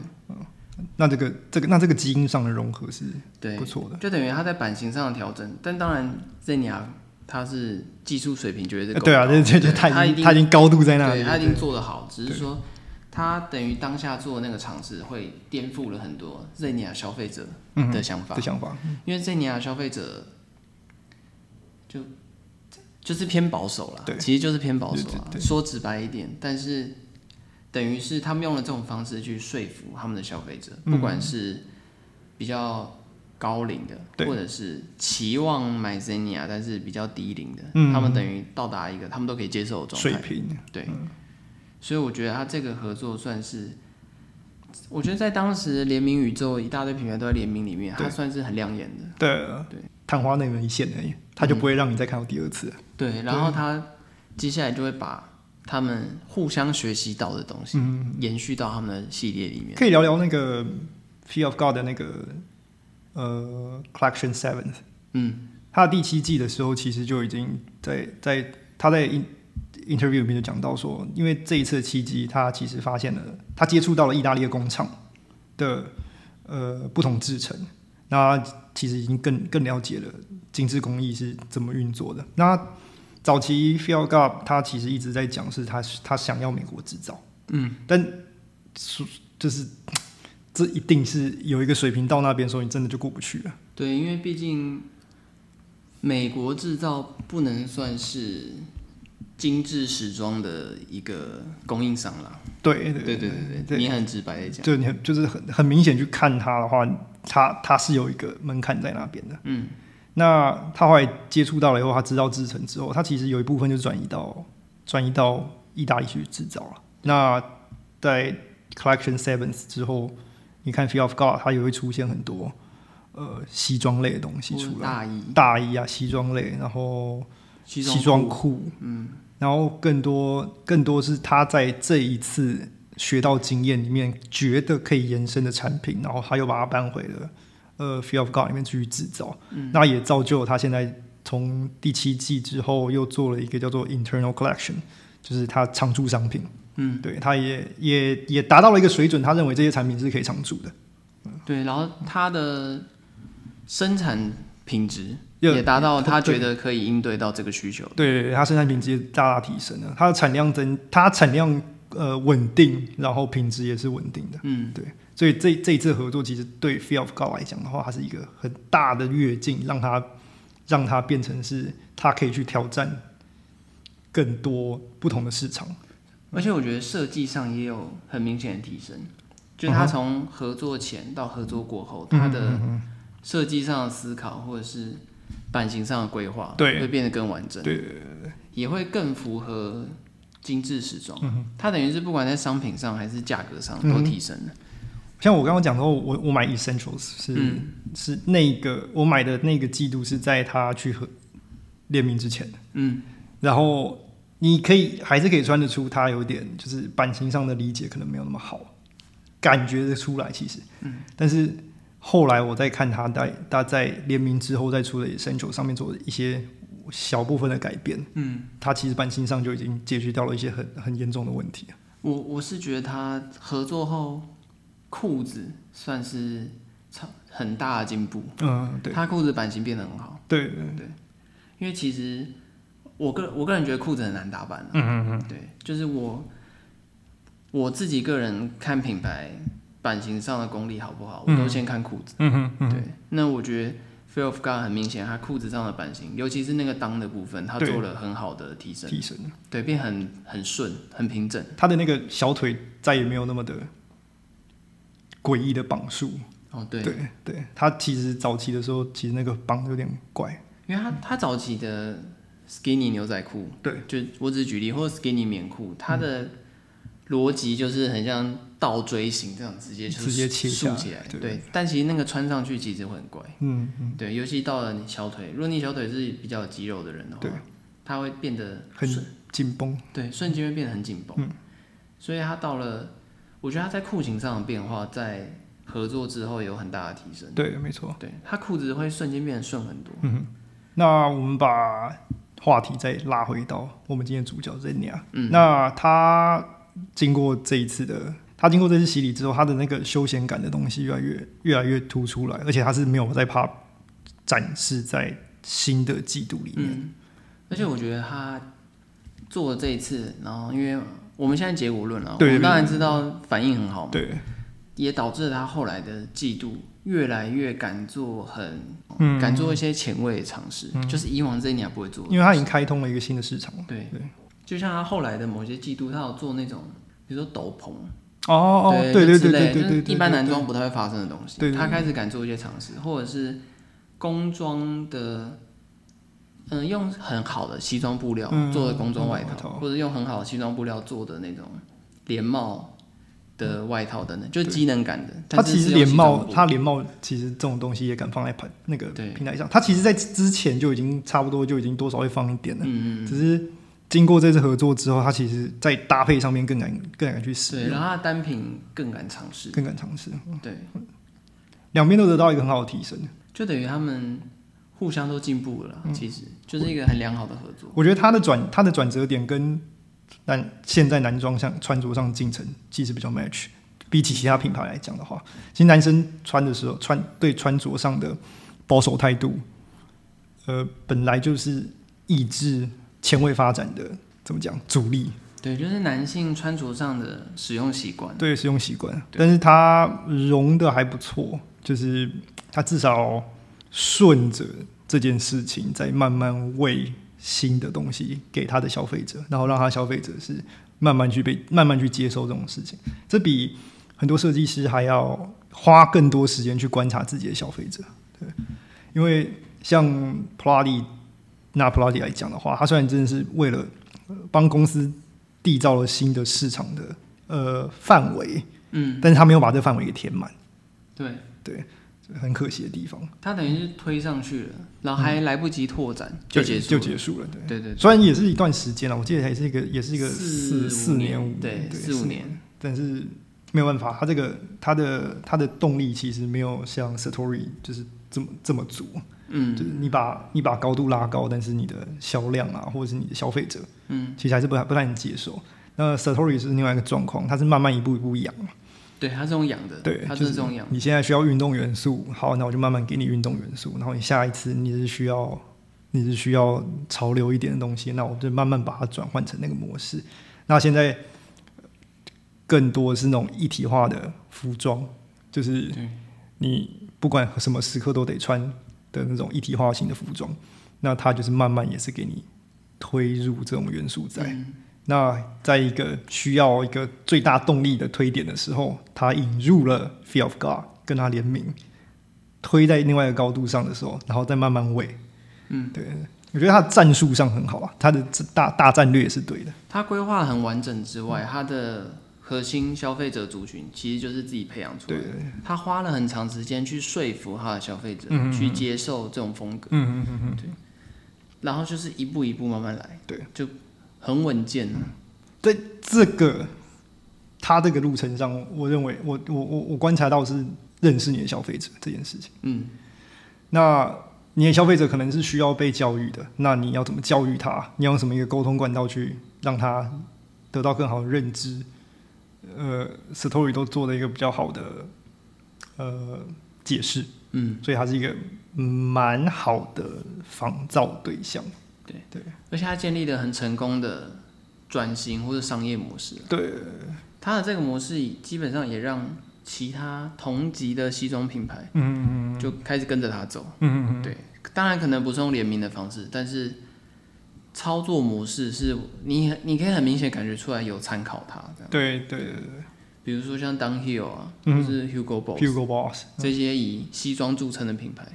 S1: 那这个这个那这个基因上的融合是
S2: 对
S1: 不，错的。
S2: 就等于它在版型上的调整。但当然 z e n i a 它是技术水平绝对是
S1: 呃
S2: 够
S1: 对啊，
S2: 高
S1: 这
S2: 的
S1: 这这
S2: 对它
S1: 他已经
S2: 一定
S1: 他已经高度在那里
S2: 对，
S1: 了，
S2: 他已
S1: 对
S2: 经做得好，只是说他等于当下做的那个尝试，会颠覆了很多 Zenia 消费者的想法，
S1: 的嗯想法。
S2: 因为 Zenia 消费者就就是偏保守啦
S1: 对，
S2: 其实就是偏保守啦
S1: 对。对对
S2: 说直白一点，但是等于是他们用了这种方式去说服他们的消费者，
S1: 嗯
S2: 不管是比较。高龄的，
S1: 对
S2: 或者是期望买 Zenia 但是比较低龄的，
S1: 嗯
S2: 他们等于到达一个他们都可以接受的状态
S1: 水。平，
S2: 对，所以我觉得他这个合作算是，我觉得在当时联名宇宙一大堆品牌都在联名里面，
S1: 对
S2: 它算是很亮眼的。
S1: 对啊
S2: 对，
S1: 昙花那个一现而已，他就不会让你再看到第二次。
S2: 对，然后他接下来就会把他们互相学习到的东西，
S1: 嗯
S2: 延续到他们的系列里面。
S1: 可以聊聊那个 Fear of God 的那个呃 Collection Seventh，
S2: 嗯，
S1: 他第七季的时候其实就已经在在他在 in interview 里面就讲到说，因为这一次的契机，他其实发现了他接触到了意大利的工厂的呃不同制成，那他其实已经更更了解了精致工艺是怎么运作的。那早期 f i a g a p 他其实一直在讲是他他想要美国制造，嗯，但是就是这一定是有一个水平到那边的时候，你真的就过不去了。
S2: 对，因为毕竟美国制造不能算是精致时装的一个供应商啦。
S1: 对
S2: 对对对对，
S1: 对
S2: 你很直白的讲。
S1: 就你很就是很很明显去看他的话，他他是有一个门槛在那边的。嗯，那他后来接触到了以后，他知道制成之后，他其实有一部分就转移到转移到意大利去制造了。那在 Collection Seventh 之后，你看 Fear of God，它也会出现很多呃西装类的东西
S2: 或者
S1: 出来，
S2: 大衣、
S1: 大衣啊西装类，然后
S2: 西
S1: 西
S2: 装
S1: 装
S2: 裤
S1: 裤，嗯，然后更多更多是他在这一次学到经验里面觉得可以延伸的产品，然后他又把它搬回了呃 Fear of God 里面继续制造，那也造就了他现在从第七季之后又做了一个叫做 Internal Collection，就是他常驻商品，
S2: 嗯，
S1: 对，他也也也达到了一个水准，他认为这些产品是可以常驻的，
S2: 对，然后它的生产品质
S1: 也
S2: 也达到他觉得可以应对到这个需求。
S1: 对，它生产品质也大大提升了，它的产量增，它产量呃稳定，然后品质也是稳定的。
S2: 嗯，
S1: 对，所以这这一次合作，其实对 f e e l of God 来讲的话，它是一个很大的跃进，让它让它变成是它可以去挑战更多不同的市场。
S2: 而且我觉得设计上也有很明显的提升，就是
S1: 嗯
S2: 他从合作前到合作过后，他的设计上的思考或者是版型上的规划，
S1: 对
S2: 会变得更完整，
S1: 对
S2: 也会更符合精致时装。
S1: 嗯
S2: 它等于是不管在商品上还是价格上都提升了。
S1: 像我刚刚讲的，我我买 Essentials 是、
S2: 嗯
S1: 是那个我买的那个季度是在他去和联名之前。
S2: 嗯，
S1: 然后你可以还是可以穿得出它有点就是版型上的理解可能没有那么好，感觉得出来其实，嗯，但是后来我在看它在它在联名之后再出的 Essential 上面做的一些小部分的改变，嗯，它其实版型上就已经解决掉了一些很很严重的问题，
S2: 我我是觉得他合作后，裤子算是超很大的进步。
S1: 嗯，对
S2: 他裤子版型变得很好，
S1: 对，
S2: 因为其实我个我个人觉得裤子很难打扮、啊。嗯嗯嗯，对，就是我我自己个人看品牌版型上的功力好不好，我都先看裤子。
S1: 嗯哼，
S2: 对，那我觉得 Fear of God 很明显，他裤子上的版型，尤其是那个裆的部分，他
S1: 对
S2: 做了很好的提升，
S1: 提升，
S2: 对，变很很顺，很平整。
S1: 它的那个小腿再也没有那么的诡异的绑束，
S2: 哦，对，
S1: 对对，它其实早期的时候其实那个绑有点怪。
S2: 因为他他早期的 skinny 牛仔裤，
S1: 对，嗯
S2: 就我只举例，或者 skinny 棉裤，它的逻辑就是很像倒锥形这样直接就是
S1: 直接切下
S2: 竖
S1: 来
S2: 起来，
S1: 对
S2: 对。但其实那个穿上去其实会很怪，
S1: 嗯，嗯，
S2: 对，尤其到了你小腿，如果你小腿是比较有肌肉的人的话
S1: 对，
S2: 它会变得
S1: 很嗯
S2: 顺，
S1: 紧绷。
S2: 对，瞬间会变得很紧绷。所以它到了，我觉得它在裤型上的变化，在合作之后有很大的提升，
S1: 对，没错。
S2: 对，它裤子会瞬间变得顺很多。
S1: 那我们把话题再拉回到我们今天的主角 Zenia。嗯，那他经过这一次的他经过这次洗礼之后，他的那个休闲感的东西越来越越来越突出来，而且他是没有在怕展示在新的季度里面。
S2: 嗯，而且我觉得他做了这一次，然后因为我们现在结果论了，我
S1: 对
S2: 们当然知道反应很好嘛，
S1: 对，
S2: 也导致了他后来的季度越来越敢做很，
S1: 嗯
S2: 敢做一些前卫的尝试，就是以往这一年不会做的，
S1: 因为他已经开通了一个新的市场。
S2: 对
S1: 对
S2: 就像他后来的某些季度，他有做那种，比如说斗篷，
S1: 哦哦，
S2: 对
S1: 对
S2: 就
S1: 对
S2: 之类
S1: 对对
S2: 的就
S1: 对
S2: 是
S1: 对，
S2: 一般男装不太会发生的东西，
S1: 对对对
S2: 他开始敢做一些尝试，或者是工装的，嗯、用很好的西装布料
S1: 嗯
S2: 做的工装外
S1: 工
S2: 套，
S1: 装外套
S2: 或者用很好的西装布料做的那种连帽的外套等等，就是机能感的。
S1: 他
S2: 但是
S1: 其实
S2: 是用
S1: 连
S2: 西
S1: 帽
S2: 装，布
S1: 他连帽其实这种东西也敢放在盘那个
S2: 对
S1: 平台上。他其实，在之前就已经差不多就已经多少会放一点了，
S2: 嗯嗯嗯，
S1: 只是经过这次合作之后，他其实在搭配上面更敢更敢去使
S2: 对，
S1: 用，嗯
S2: 然后他的单品更敢尝试，
S1: 更敢尝试，
S2: 对，
S1: 两边都得到一个很好的提升。
S2: 就等于他们互相都进步了
S1: 嗯
S2: 啦，其实就是一个很良好的合作。
S1: 我觉得他的转他的转折点跟男现在男装上穿着上进程其实比较 match，比起其他品牌来讲的话，其实男生穿的时候穿对穿着上的保守态度，呃，本来就是抑制前卫发展的怎么讲阻力，
S2: 对，就是男性穿着上的使用习惯。
S1: 对使用习惯，但是他融的还不错，就是他至少顺着这件事情在慢慢喂新的东西给他的消费者，然后让他消费者是慢慢去被慢慢去接受这种事情，这比很多设计师还要花更多时间去观察自己的消费者，对，因为像 Prada 拿 Prada 来讲的话，他虽然真的是为了呃帮公司缔造了新的市场的呃范围，
S2: 嗯，
S1: 但是他没有把这范围给填满，
S2: 对，
S1: 很可惜的地方，
S2: 他等于是推上去了，然后还来不及拓展、就
S1: 对
S2: 结束
S1: 就
S2: 了。
S1: 结束了。对，
S2: 对对，
S1: 虽然也是一段时间了，我记得还是一个也是一个
S2: 四
S1: 四
S2: 四
S1: 年五
S2: 对
S1: 对
S2: 四五，年，
S1: 但是没有办法，他这个他的他的动力其实没有像 Satori 就是这么这么足，就
S2: 嗯
S1: 是你把你把高度拉高，但是你的销量啊，或者是你的消费者
S2: 嗯，
S1: 其实还是不太不太能接受。那 Satori 是另外一个状况，它是慢慢一步一步养。
S2: 对，他是用养的，
S1: 对，
S2: 他
S1: 就是
S2: 这种养，
S1: 你现在需要运动元素，好，那我就慢慢给你运动元素。然后你下一次你是需要你是需要潮流一点的东西，那我就慢慢把它转换成那个模式。那现在呃更多是那种一体化的服装，就是
S2: 对
S1: 你不管什么时刻都得穿的那种一体化型的服装。那它就是慢慢也是给你推入这种元素在。
S2: 嗯
S1: 那在一个需要一个最大动力的推点的时候，他引入了 Fear of God 跟他联名，推在另外一个高度上的时候，然后再慢慢喂。
S2: 嗯，
S1: 对，我觉得他的战术上很好啊，他的这大大战略也是对的。
S2: 他规划很完整之外，他的核心消费者族群其实就是自己培养出来
S1: 对
S2: 的，，他花了很长时间去说服他的消费
S1: 嗯
S2: 者去接受这种风格，
S1: 嗯嗯嗯嗯，
S2: 然后就是一步一步慢慢来，
S1: 对，
S2: 就很稳健啊。
S1: 在这个他这个路程上，我认为我我我我观察到是认识你的消费者这件事情。
S2: 嗯，
S1: 那你的消费者可能是需要被教育的，那你要怎么教育他？你要用什么一个沟通管道去让他得到更好的认知？呃，Story 都做了一个比较好的呃解释，
S2: 嗯，
S1: 所以它是一个嗯蛮好的仿造对象。
S2: 而且他建立了很成功的转型或者商业模式。
S1: 对，
S2: 他的这个模式基本上也让其他同级的西装品牌，
S1: 嗯
S2: 就开始跟着他走。
S1: 嗯
S2: 对，当然可能不是用联名的方式，但是操作模式是你你可以很明显感觉出来有参考他这样，
S1: 对对对
S2: 比如说像 Dunhill 啊，或
S1: 嗯
S2: 是 Hugo
S1: 对
S2: Boss、
S1: ，Hugo Boss
S2: 这些以西装著称的品牌，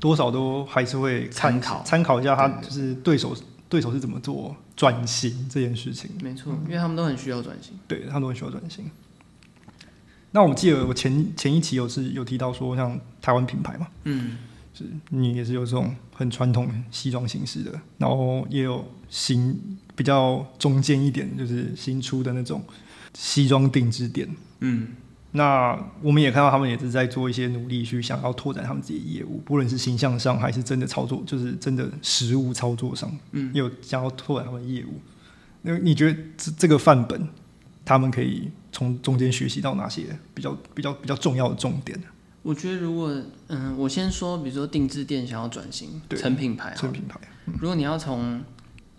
S1: 多少都还是会
S2: 参
S1: 参
S2: 考
S1: 参考一下他
S2: 对对
S1: 就是对手对手是怎么做转型这件事情。
S2: 没错，因为他们都很需要转型。
S1: 对他们都很需要转型。那我记得我前前一期有是有提到说，像台湾品牌嘛，
S2: 嗯，
S1: 是你也是有这种很传统西装形式的，然后也有新比较中间一点，就是新出的那种西装定制店。
S2: 嗯，
S1: 那我们也看到他们也是在做一些努力，去想要拓展他们自己的业务，不论是形象上还是真的操作，就是真的实物操作上，
S2: 嗯，
S1: 有想要拓展他们的业务。那你觉得这这个范本，他们可以从中间学习到哪些比较比较比较重要的重点？
S2: 我觉得如果嗯，我先说，比如说定制店想要转型
S1: 对
S2: 成品哎牌好了，
S1: 成品牌
S2: 如果你要从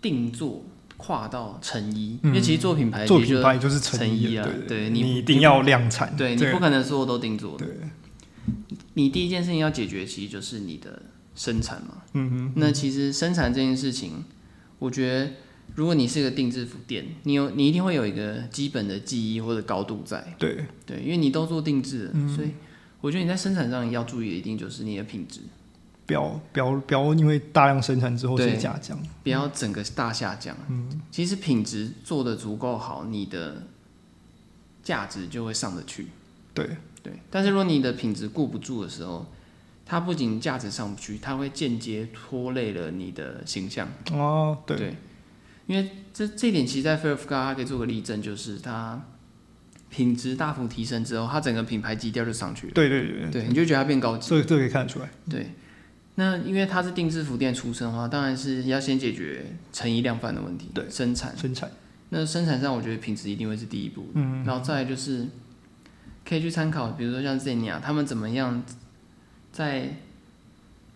S2: 定做跨到成衣，因为其实做品牌
S1: 嗯做
S2: 其实
S1: 品
S2: 就
S1: 牌就是成
S2: 成衣
S1: 衣
S2: 啊
S1: 了，
S2: 对
S1: 你
S2: 你
S1: 一定要量产，
S2: 对你
S1: 这
S2: 不
S1: 个
S2: 可能所有都定做。
S1: 对，
S2: 你第一件事情要解决，其实就是你的生产嘛。
S1: 嗯哼，
S2: 那其实生产这件事情，我觉得如果你是一个定制服店，你有你一定会有一个基本的技艺或者高度在，
S1: 对，嗯
S2: 对，因为你都做定制了，所以我觉得你在生产上要注意的一定就是你的品质，
S1: 不要不要不要，因为大量生产之后
S2: 对
S1: 是下降，
S2: 不要整个大下降。嗯，其实品质做的足够好，你的价值就会上得去。
S1: 对，
S2: 对，但是如果你的品质顾不住的时候，它不仅价值上不去，它会间接拖累了你的形象。
S1: 哦，对，
S2: 因为这这一点其实在菲尔福卡它可以做个例证，就是它品质大幅提升之后，它整个品牌基调就上去了，
S1: 对对对嗯
S2: 对，你就觉得它变高级。
S1: 这个这个可以看得出来，
S2: 对，那因为它是定制服店出身的话，当然是要先解决成衣量贩的问题，
S1: 对
S2: 生产。
S1: 生产
S2: 那生产上，我觉得品质一定会是第一步，嗯，然后再来就是可以去参考，比如说像 Zenia 他们怎么样在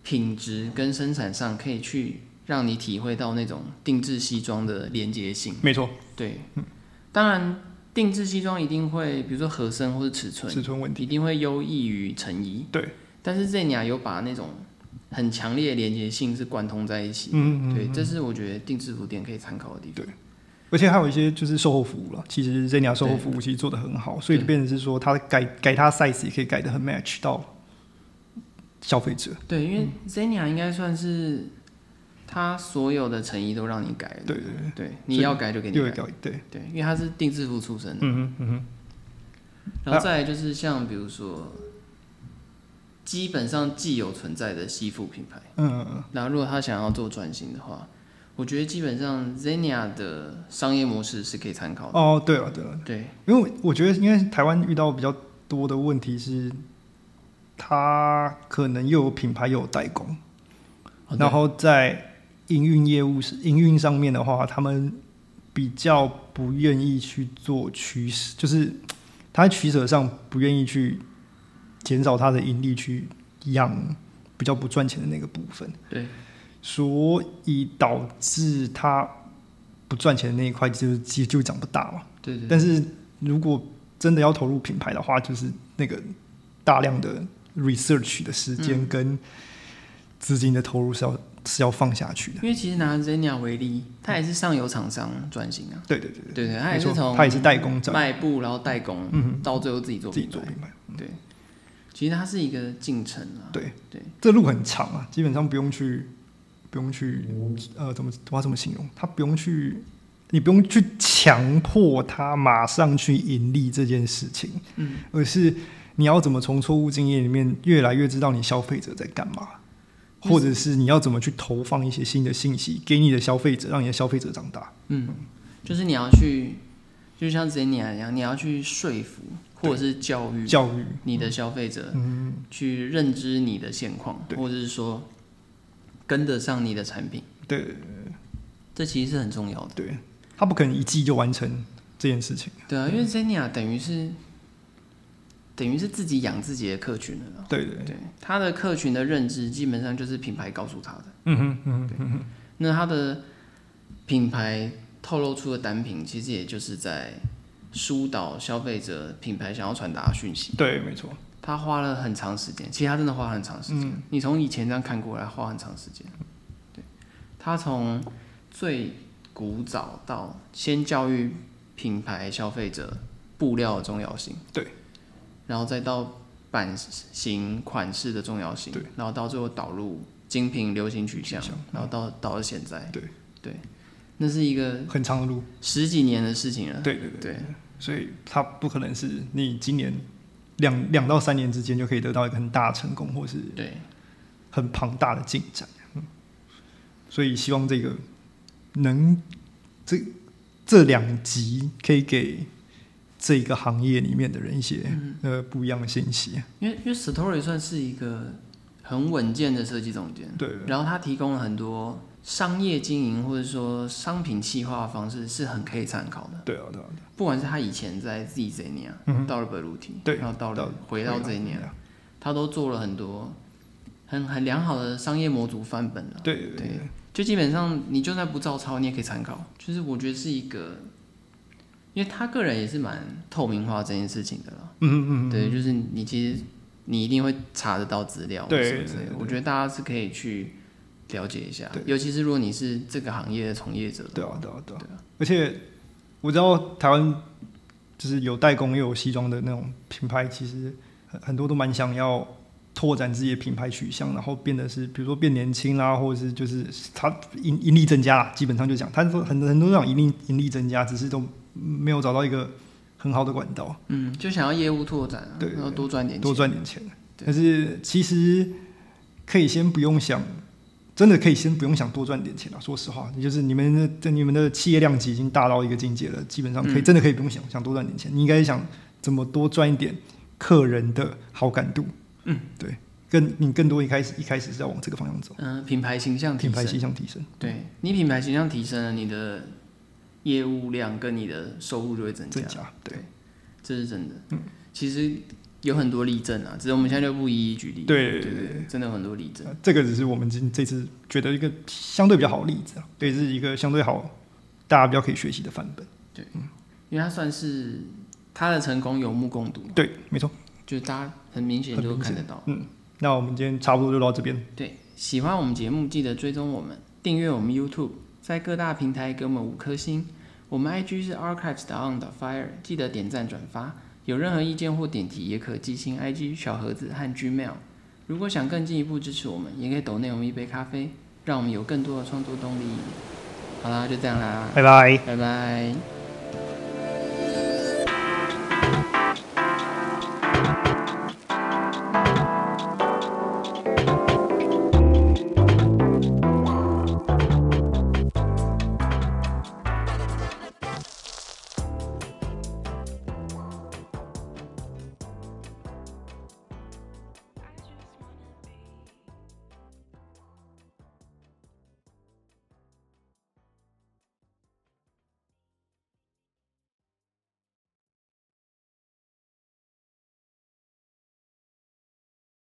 S2: 品质跟生产上可以去让你体会到那种定制西装的连接性。
S1: 没错，
S2: 对，
S1: 嗯
S2: 当然定制西装一定会，比如说合身或者尺寸，
S1: 尺寸问题，
S2: 一定会优异于成衣。
S1: 对，
S2: 但是 Zenia 有把那种很强烈的连接性是贯通在一起。
S1: 嗯嗯，
S2: 对，这是我觉得定制服店可以参考的地方。
S1: 而且还有一些就是售后服务了，其实 Zenia 售后服务其实做的很好，所以就变成是说它改改它 size 也可以改的很 match 到消费者，
S2: 对，因为
S1: 嗯
S2: Zenia 应该算是它所有的成衣都让你改了。
S1: 对对对，
S2: 对，你要改就给你
S1: 又会
S2: 改。
S1: 改，对，
S2: 对，因为它是定制服出身的。
S1: 嗯哼嗯哼，
S2: 然后再来就是像比如说，基本上既有存在的西服品牌。
S1: 嗯嗯
S2: 那如果他想要做转型的话，我觉得基本上 Zenia 的商业模式是可以参考
S1: 嗯，
S2: 的。
S1: 哦，对了对了。
S2: 对，
S1: 因为我我觉得，因为台湾遇到比较多的问题是，它可能又有品牌又有代工，
S2: 哦
S1: 然后在营运业务是营运上面的话，他们比较不愿意去做取舍，就是他在取舍上不愿意去减少他的盈利，去养比较不赚钱的那个部分。
S2: 对，
S1: 所以导致他不赚钱的那一块就就就长不大嘛。
S2: 对对对
S1: 但是如果真的要投入品牌的话，就是那个大量的 research 的时
S2: 嗯
S1: 间跟资金的投入是要是要放下去的。
S2: 因为其实拿 Zenia 为例，它也是上游厂商转型啊，
S1: 对对对
S2: 对对，它
S1: 没
S2: 也是
S1: 错，
S2: 从
S1: 他也是代工厂
S2: 卖布然后代工，到最后自己做
S1: 嗯自己
S2: 品
S1: 做
S2: 牌。
S1: 品牌，
S2: 对，其实它是一个进程啊。
S1: 对
S2: 对，
S1: 这路很长啊，基本上不用去不用去呃怎么我要怎么形容？他不用去。你不用去强迫他马上去盈利这件事情，
S2: 嗯，
S1: 而是你要怎么从错误经验里面越来越知道你消费者在干嘛，或者是你要怎么去投放一些新的信息给你的消费者，让你的消费者长大。
S2: 就是你要去，就像 Zenia 一样，你要去说服或者是教育
S1: 教育，
S2: 你的消费者
S1: 嗯，
S2: 去认知你的现况，
S1: 对
S2: 或者是说跟得上你的产品，
S1: 对
S2: 这其实是很重要的。
S1: 对，他不可能一季就完成这件事情。
S2: 对啊，因为 Zenia 等于是等于是自己养自己的客群了啦。
S1: 对对，
S2: 对，他的客群的认知基本上就是品牌告诉他的。
S1: 嗯哼嗯哼，
S2: 那它的品牌透露出的单品，其实也就是在疏导消费者品牌想要传达的讯息。
S1: 对，没错，
S2: 他花了很长时间，其实他真的花了很长时间。
S1: 嗯
S2: 你从以前这样看过来，花很长时间。对，他从最古早到先教育品牌消费者布料的重要性，
S1: 对，
S2: 然后再到版型款式的重要性，
S1: 对，嗯
S2: 然后到最后导入精品流行取向，然后到到了现在，
S1: 对
S2: 对，那是一个
S1: 很长的路。
S2: 十几年的事情了。
S1: 对对对，
S2: 对
S1: 所以他不可能是你今年两两到三年之间就可以得到一个很大的成功，或是
S2: 对，
S1: 很庞大的进展。嗯，所以希望这个能这这两集可以给这个行业里面的人一些、
S2: 嗯
S1: 呃不一样的信息。
S2: 因为因为 Story 算是一个很稳健的设计总监。
S1: 对，啊
S2: 然后他提供了很多商业经营或者说商品企划的方式是很可以参考的。
S1: 对啊，对啊，
S2: 不管是他以前在自己这一年
S1: 嗯哼
S2: 到了 b e r u t i
S1: 对
S2: 然后到
S1: 到
S2: 了回到这一年，
S1: 啊，
S2: 他都做了很多很很良好的商业模组范本了、
S1: 对对
S2: 对
S1: 对，嗯
S2: 就基本上你就算不照抄，你也可以参考。就是我觉得是一个，因为他个人也是蛮透明化这件事情的啦。
S1: 嗯嗯嗯，
S2: 对，就是你其实你一定会查得到资料，
S1: 对
S2: 什么之类的
S1: 对对
S2: 我觉得大家是可以去了解一下
S1: 对，
S2: 尤其是如果你是这个行业的从业者
S1: 对
S2: 的
S1: 啊
S2: 话，，
S1: 对啊，对啊
S2: 对啊。
S1: 而且我知道台湾就是有代工又有西装的那种品牌，其实很很多都蛮想要拓展自己的品牌取向，然后变得是比如说变年轻啦，或者是就是它盈盈利增加啦，基本上就讲，它说很很多那种盈利盈利增加，只是都没有找到一个很好的管道，
S2: 嗯，就想要业务拓展、啊，
S1: 对对
S2: 然后多赚点钱，
S1: 多赚点钱。
S2: 对
S1: 但是其实可以先不用想，真的可以先不用想多赚点钱了。啊说实话，就是你们的这你们的企业量级已经大到一个境界了，基本上可以、真的可以不用想想多赚点钱，你应该想怎么多赚一点客人的好感度。嗯，对，更你更多一开始一开始是要往这个方向走，
S2: 嗯、品牌形象提
S1: 品牌
S2: 升，
S1: 形象提升。
S2: 对你品牌形象提升了，你的业务量跟你的收入就会增加，
S1: 增加，对
S2: 这是真的。嗯，其实有很多例证啊，只是我们现在就不一一举例。
S1: 对
S2: 对对，真的有很多例证。
S1: 呃这个只是我们今这次觉得一个相对比较好的例子啊，对，是一个相对好大家比较可以学习的范本。
S2: 因为他算是他的成功有目共睹，
S1: 对，没错。
S2: 就是大家很明显
S1: 很
S2: 就
S1: 明
S2: 看
S1: 显
S2: 得到。
S1: 那我们今天差不多就到这边，
S2: 对，喜欢我们节目记得追踪我们，订阅我们 YouTube，在各大平台给我们五颗星。我们 IG 是 archives on the fire，记得点赞转发。有任何意见或点题，也可寄信 IG 小盒子和 Gmail。如果想更进一步支持我们，也可以抖内我们一杯咖啡，让我们有更多的创作动力。好啦，就这样啦，
S1: 拜拜。
S2: 拜拜。